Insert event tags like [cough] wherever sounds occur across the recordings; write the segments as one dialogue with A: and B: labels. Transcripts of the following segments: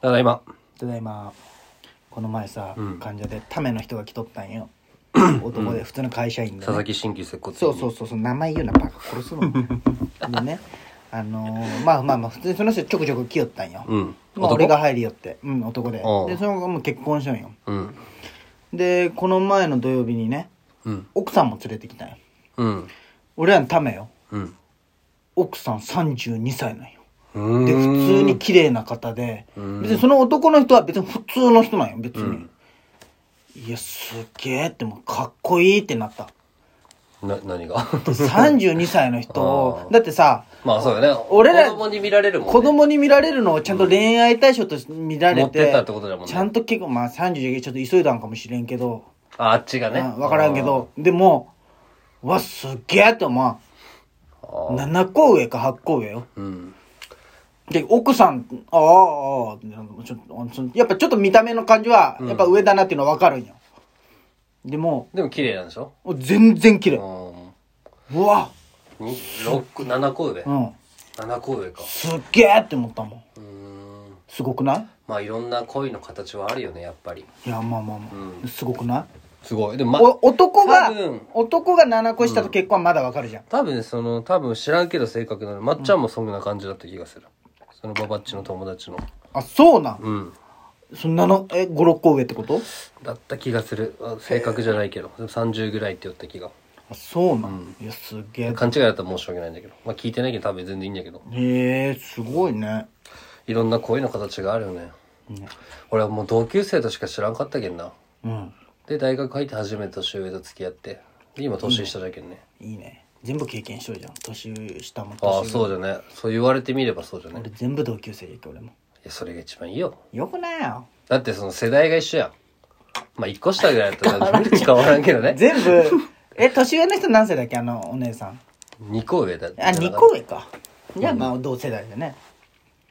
A: ただいま。
B: ただいまこの前さ、
A: うん
B: 患者でための人が来とった
A: [coughs]
B: んよ男で普通の会社員で、ね、
A: 佐々木新規接骨院。
B: そうそうそうそう名前言うなバカ殺す
A: [laughs]
B: のでねあのーまあまあまあ普通にその人ちょくちょく来よったんよ、
A: うん。
B: まあ、俺が入りよってうん男でで
A: ああ
B: その後もう結婚しよんよ
A: うん。
B: でこの前の土曜日にね
A: うん。
B: 奥さんも連れてきたんよ
A: うん。
B: 俺らのためよ
A: うん。
B: 奥さん32歳なんよ
A: うん。
B: で普通に綺麗な方で
A: うん
B: 別にその男の人は別に普通の人なんよ別に、
A: うん
B: いやすげえってもうかっこいいって
A: [laughs]
B: なった
A: な、何が [laughs]
B: で32歳の人をだってさ
A: まあそうだね。
B: 俺ら
A: 子供に見られるもんね。
B: 子供に見られるのをちゃんと恋愛対象として見られて,、
A: 持ってったってことだもんね
B: ちゃんと結構まあ30ちょっと急いだんかもしれんけど、
A: ああっちがね。
B: うん分からんけどでもうわすっげえって思
A: あ
B: う
A: ー。あー
B: 7個上か8個上よ
A: うん。
B: で奥さんああああってなんかちょっとあのそのやっぱちょっと見た目の感じはやっぱ上だなっていうのは分かるんよ、でも
A: でも綺麗なんでしょ
B: もう全然綺
A: う
B: 麗
A: ん。
B: うわ
A: に六七個上
B: う。ん
A: 七個上か。
B: すっげえって思ったもん
A: うーん。
B: すごくない
A: まあいろんな恋の形はあるよね、やっぱり。
B: いやまあまあまあ、
A: うん
B: すごくない
A: すごい。でも、ま
B: お男が
A: 多分
B: 男が7個下と結婚はまだわかるじゃん、
A: 多分その多分知らんけど性格なのまっちゃんもそんな感じだった気がする、そのババッチの友達の
B: あそうなん、
A: うん
B: そんなのえ56個上ってこと
A: だった気がするあ性格じゃないけどでも30ぐらいって言った気が
B: あそうなん、いやすげえ
A: 勘違いだったら申し訳ないんだけどまあ聞いてないけど多分全然いいんだけど
B: へえすごいね
A: いろんな恋の形があるよね
B: ね
A: 俺はもう同級生としか知らんかったけんな
B: うん
A: で大学入って初めて年上と付き合ってで今年下だけんね、
B: いいね全部経験しとるじゃん年下も年上
A: ああそうじゃねそう言われてみればそうじゃね
B: 俺全部同級生やけど俺も
A: いやそれが一番いいよ
B: よくないよ
A: だってその世代が一緒やんまあ一個下ぐらいだったら変わらんけどね
B: 全部 [laughs] え年上の人何歳だっけあのお姉さん
A: 2個上だって
B: あ二2個上かじゃあまあ同世代だね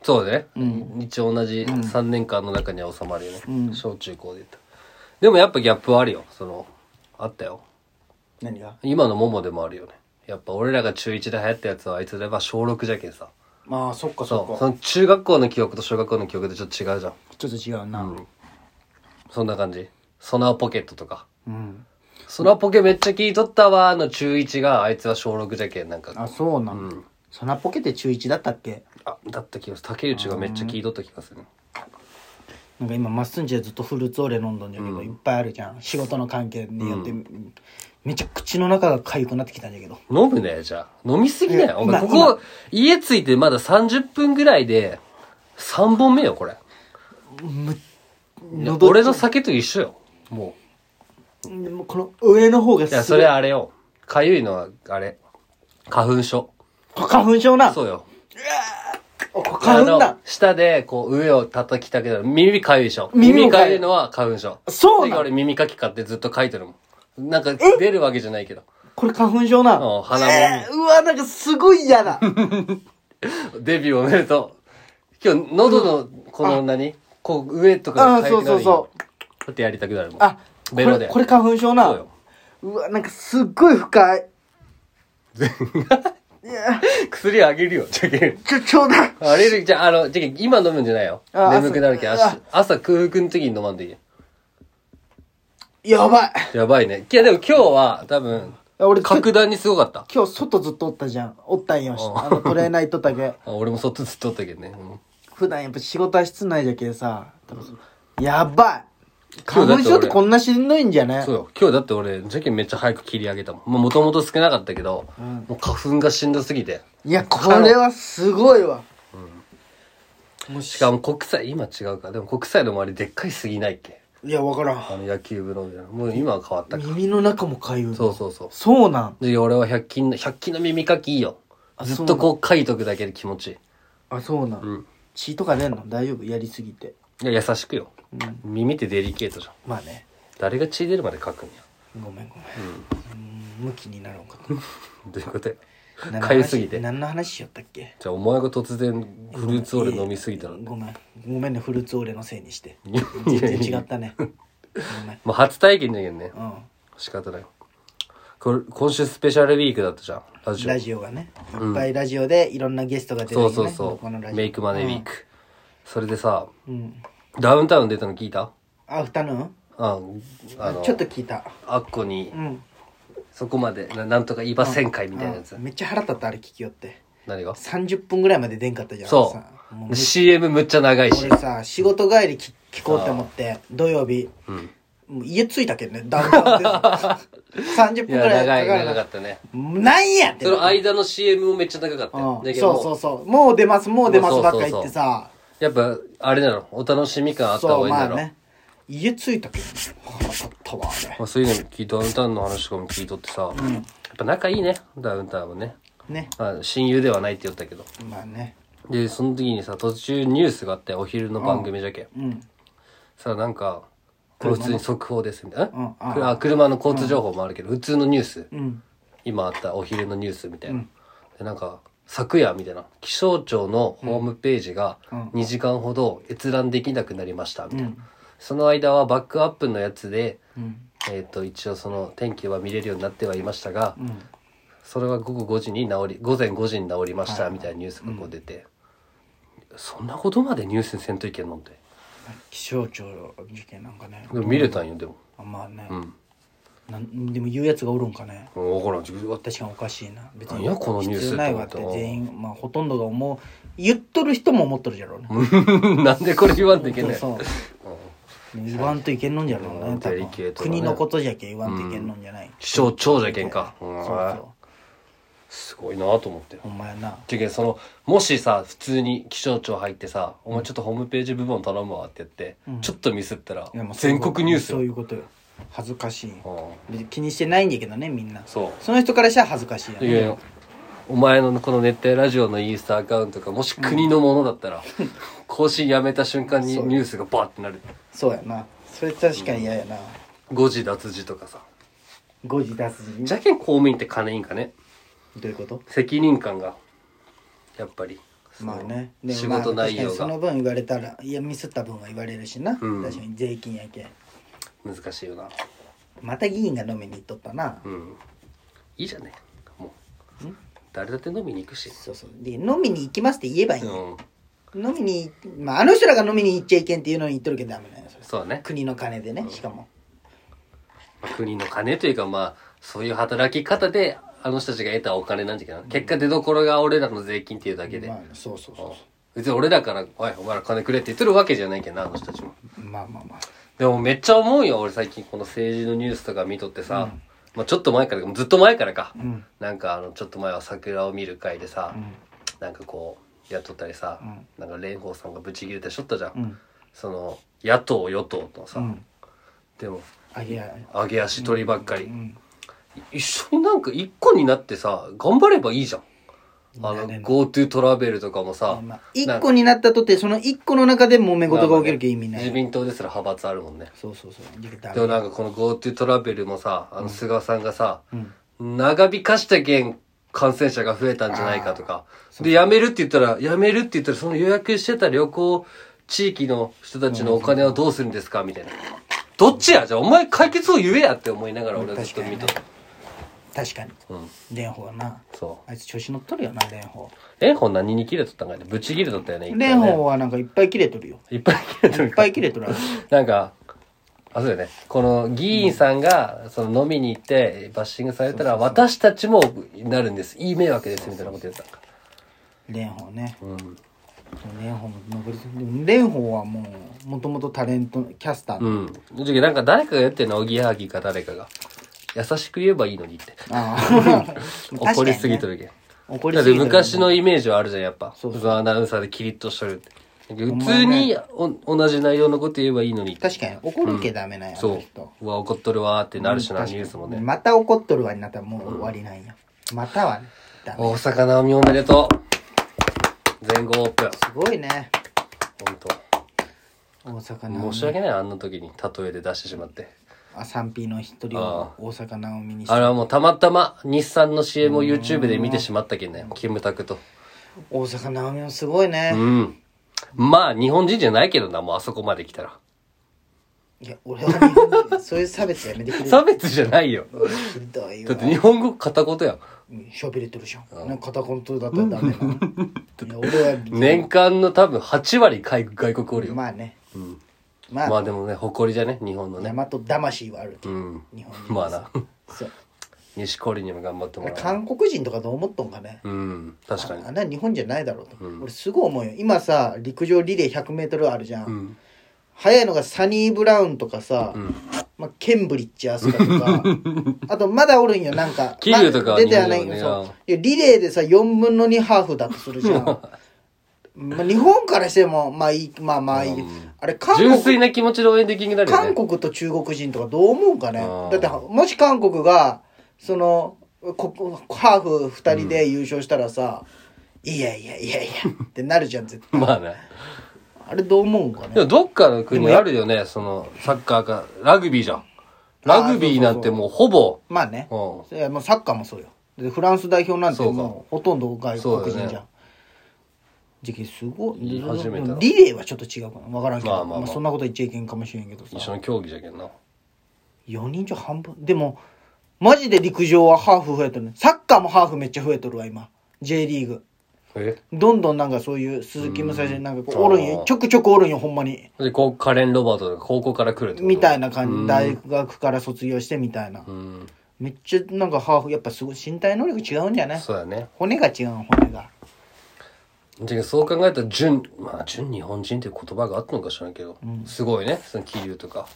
A: そうだね、一応同じ3年間の中には収まるよね、小中高で言ったらでもやっぱギャップはあるよそのあったよ
B: 何が
A: 今のモモでもあるよねやっぱ俺らが中1で流行ったやつはあいつらは小6じゃけんさ
B: まあそっか
A: そ
B: そうっ
A: そ
B: か
A: の中学校の記憶と小学校の記憶でちょっと違うじゃん
B: ちょっと違うなうん、
A: そんな感じソナーポケットとかソナーポケめっちゃ聞いとったわーの中1があいつは小6じゃけんなんか
B: あそうなん、そんなポケって中1だったっけ
A: あだった気がする竹内がめっちゃ聞いとった気がするね
B: なんか今マッスンジでずっとフルーツオレ飲んどんじゃけど、いっぱいあるじゃん仕事の関係によって、めっちゃ口の中が痒くなってきたんだけど
A: 飲むね、じゃあ。飲みすぎだよ。お前、
B: 今
A: ここ、家着いてまだ30分ぐらいで、3本目よ、これ。いや
B: 喉
A: 俺の酒と一緒よ。も
B: でもこの上の方が
A: う。いや、
B: す
A: そ
B: ごい
A: れあれよ。かゆいのは、あれ。花粉症。
B: 花粉症な
A: そうよ。
B: お花粉
A: あ
B: だ
A: の下で、こう、上を叩きたけど、耳かゆいでしょ。
B: 耳
A: 耳
B: もかゆい
A: かゆいのは花粉症。
B: そうなの
A: てか俺耳かき買ってずっと書いてるもん。なんか、出るわけじゃないけど。
B: これ花粉症な
A: うん鼻も
B: えーうわなんかすごい嫌だ
A: デビューおめでとう。今日、喉の、この何、こう、上と
B: あ
A: か。
B: あそうそうそう
A: こうやってやりたくなるもん。
B: あこ
A: ベロ
B: れ
A: で。
B: これ花粉症な
A: そうよ。
B: うわなんかすっごい深いいや
A: 薬あげるよ、じゃけん。
B: ちょちょうだい
A: アレルギー、じゃあ、あの、じゃけん、今飲むんじゃないよ。
B: あ
A: 眠くなるけん、
B: 朝
A: 朝、朝空腹の時に飲まんとい
B: やばい
A: けん。やばいね。いや、でも今日は、多分、
B: 俺今日
A: 格段にすごかった。
B: 今日外ずっとおったじゃんおったんよあのトレーナー行っとった [laughs] け
A: あ俺もそっとずっとおったけどね。うん
B: 普段やっぱ仕事は室内じゃけさ多分そうやばい
A: 今日だっ
B: 花
A: て俺
B: 粉症ってこんなしんどいんじゃね
A: そうよ。今日だって俺、じゃけんめっちゃ早く切り上げたもん。もともと少なかったけど、もう花粉がしんどすぎて。
B: いやこれはすごいわ
A: しかも国際、今違うか。でも国際の周りでっかいすぎないっけ。
B: いやわからん
A: あの野球部のみたいな。もう今は変わったか。
B: 耳の中もかゆい
A: そうそうそう。
B: そうなん
A: で、俺は100均の、100均の耳かきいいよ。
B: あ
A: ず
B: そ
A: っ
B: う
A: とこう書いとくだけで気持ちいい。
B: あそうなん、
A: ん
B: 血とか出んの大丈夫やりすぎて
A: いや、優しくよ。耳ってデリケートじゃん。
B: まあね
A: 誰が血出るまで書くんや。
B: ごめんごめんうーん向きになろうか
A: [laughs] どういうことや。
B: と何の話
A: かゆすぎて
B: 何の話しよったっけ
A: じゃあ、お前が突然フルーツオレ飲みすぎたら。
B: ごめんごめんねフルーツオレのせいにして
A: [laughs] いや
B: 全然違ったねごめん
A: まあ、初体験じゃけんね。
B: うん
A: 仕方ない。これ、今週スペシャルウィークだったじゃん。ラジオ。
B: ラジオがねいっぱいラジオでいろんなゲストが出てる
A: そ
B: よ
A: う
B: ね
A: そうそ
B: このラ
A: う。
B: ジオ
A: メイクマネーウィーク。それでさ、
B: うん
A: ダウンタウン出たの聞いた
B: アフタヌーン
A: ああ
B: あ
A: の
B: ちょっと聞いた
A: あっこに
B: うん
A: そこまでななんとか言いませんかいみたいなやつ
B: うんめっちゃ腹立ったあれ聞きよって
A: 何が
B: 30分ぐらいまで出んかったじゃん
A: そ
B: さもう
A: う CM むっちゃ長いし
B: 俺さ仕事帰り聞聞こうって思って土曜日
A: うん
B: もう家着いた
A: [laughs]
B: けどねダウンタウンで30分
A: い
B: ぐ
A: や
B: らい
A: 長い
B: かか
A: 長
B: る
A: かったね
B: なんやって
A: その間の CM もめっちゃ長かった
B: う
A: よ
B: ん
A: だけど
B: そうそうそうもう出ますもう出ますばっか言ってさ
A: やっぱあれなのお楽しみ感あった方が
B: そう
A: いいん
B: ま
A: だ
B: あ
A: ろ
B: ね家着いたけどね腹立ったわあれ
A: まあ、そういうの聞いたダウンタウンの話とかも聞いとってさ、やっぱ仲いいねダウンタウンはね、
B: ね
A: まあ、親友ではないって言ったけど
B: まあね
A: でその時にさ途中ニュースがあってお昼の番組じゃけ、
B: うん
A: さあなんかこれ普通に速報ですみたい
B: うん
A: な、くあ車の交通情報もあるけど、普通のニュース、
B: うん
A: 今あったお昼のニュースみたいな、でなんか昨夜みたいな気象庁のホームページが2時間ほど閲覧できなくなりましたみたいな、その間はバックアップのやつで、
B: うん
A: えー、と一応その天気は見れるようになってはいましたが、
B: うん
A: それは午後5時に治り午前5時に治りましたみたいなニュースがこう出て、そんなことまでニュースにせんといけんのって
B: 気象庁の事件なんかね
A: でも見れたんよでも
B: まあね、
A: うん
B: なんでも言うやつがおるんかね
A: 分からん自分は
B: [laughs] 確かにおかしいな別
A: 何やこのニュース
B: 必要ないわって
A: と思った
B: 全員まあほとんどが思う言っとる人も思っとるじゃろうね
A: なん [laughs] でこれ言わんといけない
B: そう言わんといけんのんじゃろ
A: [laughs]
B: う
A: う
B: ね
A: ん
B: 多
A: デリケー
B: 分
A: トだね
B: 国のことじゃけ言わんといけんのんじゃない
A: 気象庁じゃけんか、
B: そう
A: うん
B: そ
A: すごいなと思って
B: うお前な
A: じゃけんそのもしさ普通に気象庁入ってさ「お前ちょっとホームページ部門頼むわ」って言って、ちょっとミスったら
B: いやもうそういう
A: 全
B: こと
A: 国ニュース
B: そ
A: よ
B: ういうことよ恥ずかしい
A: うん
B: 別に気にしてないんだけどねみんな
A: そう
B: その人からしたら恥ずかしいよ
A: いやい
B: ね
A: やお前のこの熱帯ラジオのインスタアカウントがもし国のものだったら、更新やめた瞬間にニュースがバーってなる
B: そうやなそれ確かに嫌やな
A: 誤字脱字とかさ
B: 誤字脱字
A: じゃけん公務員って金いいんかね
B: どういうこと
A: 責任感がやっぱり
B: まあね
A: その仕
B: まあ
A: 事内容
B: 確かにその
A: が
B: 分言われたらいやミスった分は言われるしな
A: うん
B: 確かに税金やけ
A: 難しいよな
B: また議員が飲みに行っとったな
A: うんいいじゃねもう誰だって飲みに行くし
B: そうそうで飲みに行きますって言えばいいん
A: う
B: よ
A: ん
B: 飲みに、まあ、あの人らが飲みに行っちゃいけんっていうのに言っとるけどダメなんよそれ
A: そうだね
B: 国の金でねしかも
A: 国の金というかまあそういう働き方であの人たちが得たお金なんじゃけどな結果出どころが俺らの税金っていうだけで、
B: まあそうそうそうそ
A: 別に俺らから「おいお前ら金くれ」って言ってるわけじゃないけどなあの人たちも
B: うまあまあまあ
A: でもめっちゃ思うよ俺最近この政治のニュースとか見とってさ、まあ、ちょっと前からかずっと前からか、
B: ん
A: なんかあのちょっと前は桜を見る会でさ、なんかこうやっとったりさ、なんか蓮舫さんがブチギレたりしょったじゃん、
B: うん
A: その野党与党とさ、
B: ん
A: でも
B: あいや
A: 揚げ足取りばっかり、
B: ん
A: 一緒になんか一個になってさ頑張ればいいじゃんあ
B: な
A: の
B: れない
A: GoTo トラベルとかもさ
B: まあ、一個になったとてその一個の中で揉め事が起きるけ意味な
A: 自
B: い
A: 民党ですら派閥あるもんね
B: そうそうそうだけどダメ
A: でもなんかこの GoTo トラベルもさあの菅さんがさ、
B: うん
A: 長引かしたけん感染者が増えたんじゃないかとかでやめるって言ったらやめるって言ったらその予約してた旅行地域の人たちのお金をどうするんですかみたいなどっちやじゃあお前解決を言えやって思いながら俺はずっと見とっ
B: 確
A: た
B: 確かに
A: うん
B: 蓮舫はな
A: そう
B: あいつ調子乗っとるよな蓮舫
A: 蓮舫何に切れとったんかねブチ切れとったよねいっぱい
B: 蓮
A: ね
B: 舫はなんかいっぱい切れと
A: [laughs]
B: るよ
A: いっぱい切れと
B: い
A: る
B: っぱい切れとるあれ
A: なんか、あ、そうだよね。この議員さんが、その飲みに行って、バッシングされたら、私たちもなるんです。いい迷惑です、みたいなこと言ってた。
B: 蓮舫ね
A: うん。
B: 蓮舫も上り詰めでも蓮舫はもうもともとタレントキャスターの
A: うん。正直なんか誰かが言ってんの、おぎやはぎか誰かが。優しく言えばいいのにって。
B: ああ
A: [laughs] 怒りすぎと
B: る
A: るけん。
B: 怒り
A: だっ
B: す
A: て
B: ぎとる
A: 昔のイメージはあるじゃん、やっぱ。
B: そうそう
A: そのアナウンサーでキリッとしとるって。普通にお同じ内容のこと言えばいいのにって。
B: 確かに怒るけダメなんやあ
A: そ
B: の人
A: う。うわ、怒っとるわーってなるしな、ニュースもね。
B: また怒っとるわになったらもう終わりなんやまたはダメ
A: 大阪なおみおめでとう全豪オープン
B: すごいね
A: 本
B: 大阪なお
A: 当
B: み
A: 申し訳ないあんな時に例えで出してしまって
B: あ 3P の一人を大阪なおみにし
A: あれはもうたまたま日産の CM を YouTube で見てしまったけんねキムタクと
B: 大阪なおみもすごいね
A: うんまあ日本人じゃないけどなもうあそこまで来たら
B: いや俺は日本人そういう差別やめてくれる
A: 差別じゃないよ
B: ひどい
A: だっ
B: わ
A: て日本語片言やん
B: 喋れてるじゃん。なんか片言だったら
A: [laughs]
B: ダメなの。いや俺は、
A: 年間の多分8割外外国おるよ。
B: まあね。
A: ん
B: まあ、
A: まあでもね、誇りじゃね、日本のね。
B: 大和魂はあるけ
A: う
B: ど、
A: ん。
B: 日本に。
A: まあな。
B: そう。
A: [laughs] 西コリにも頑張ってもらう。
B: 韓国人とかどう思っとんかね。
A: うん。確かに
B: あ。んな日本じゃないだろうと、俺すごい思うよ今さ陸上リレー 100m あるじゃん、
A: うん。
B: 早いのがサニー・ブラウンとかさ、
A: うん。
B: まあ、ケンブリッジ・アスカ
A: [laughs]
B: とかあとまだおるんよなんか
A: 桐生とか
B: ま
A: は
B: 出てはないけ
A: 日
B: ど、
A: 本人
B: そ
A: よ
B: う
A: ね
B: いやリレーでさ4分の2ハーフだとするじゃんまあ日本からしてもまあいいまあまあいい、
A: うん
B: あれ韓
A: 純粋
B: 国
A: な気持ちで応援できんくなるよ
B: 韓
A: ね。
B: 国と中国人とかどう思うかね
A: あ
B: だ
A: ー
B: ってもし韓国がそのこハーフ2人で優勝したらさ、いやいやいやいやってなるじゃん絶対
A: まあね。
B: あれどう思うん
A: で
B: かね
A: もどっかの国あるよね、その、サッカーか、ラグビーじゃん。ラグビーなんてもうほぼ、
B: まあね、
A: うん。
B: いやもうサッカーもそうよでフランス代表なんて
A: そうか
B: もうほとんど外
A: そうだ
B: 国
A: よね
B: 人じゃん時期すごい
A: 言い始めたな
B: リレーはちょっと違うかな分からんけど、
A: ま
B: まあ
A: あまあまあ
B: そんなこと言っちゃいけんかもしれんけど
A: 一
B: さ
A: 緒の競技じゃけんな。
B: 4人じゃ半分でもマジで陸上はハーフ増えとるねサッカーもハーフめっちゃ増えとるわ今 J リーグ
A: え
B: どんどんなんかそういう鈴木武蔵なんかこうおるん
A: あ
B: よ
A: ー
B: ちょくちょくおるんよほんまに
A: で、こう、カレン・ロバートとか高校から来るってこと
B: みたいな感じ大学から卒業してみたいな
A: うん。
B: めっちゃなんかハーフやっぱすごい身体能力違うんじゃない
A: そうだね。
B: 骨が違う骨が
A: じゃあそう考えたら、純、まあ、純日本人っていう言葉があったのか知らんけど、すごいね、その桐生とか。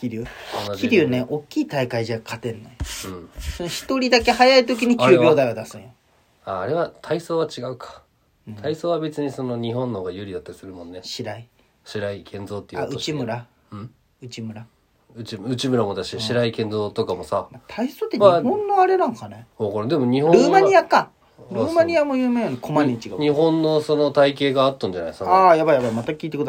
B: 桐生
A: 同じ
B: 桐生ね大きい大会じゃ勝てんのよ
A: うん。
B: その一人だけ早い時に
A: あれ
B: 9
A: は
B: 秒台を出すんよ
A: ああれは体操は違うか、体操は別にその日本の方が有利だったりするもんね
B: 白井
A: 白井健三っていう
B: あ
A: 落とし
B: 内村
A: うん
B: 内村、
A: 内内村もだし、白井健三とかもさ
B: まあ、体操って日本のあれなんかね、
A: もうこれでも日本は
B: ルーマニアか
A: あ
B: ルーマニアも有名やのコマニチが
A: 日本のその体型があったんじゃないその
B: ああやばいやばいまた聞いてください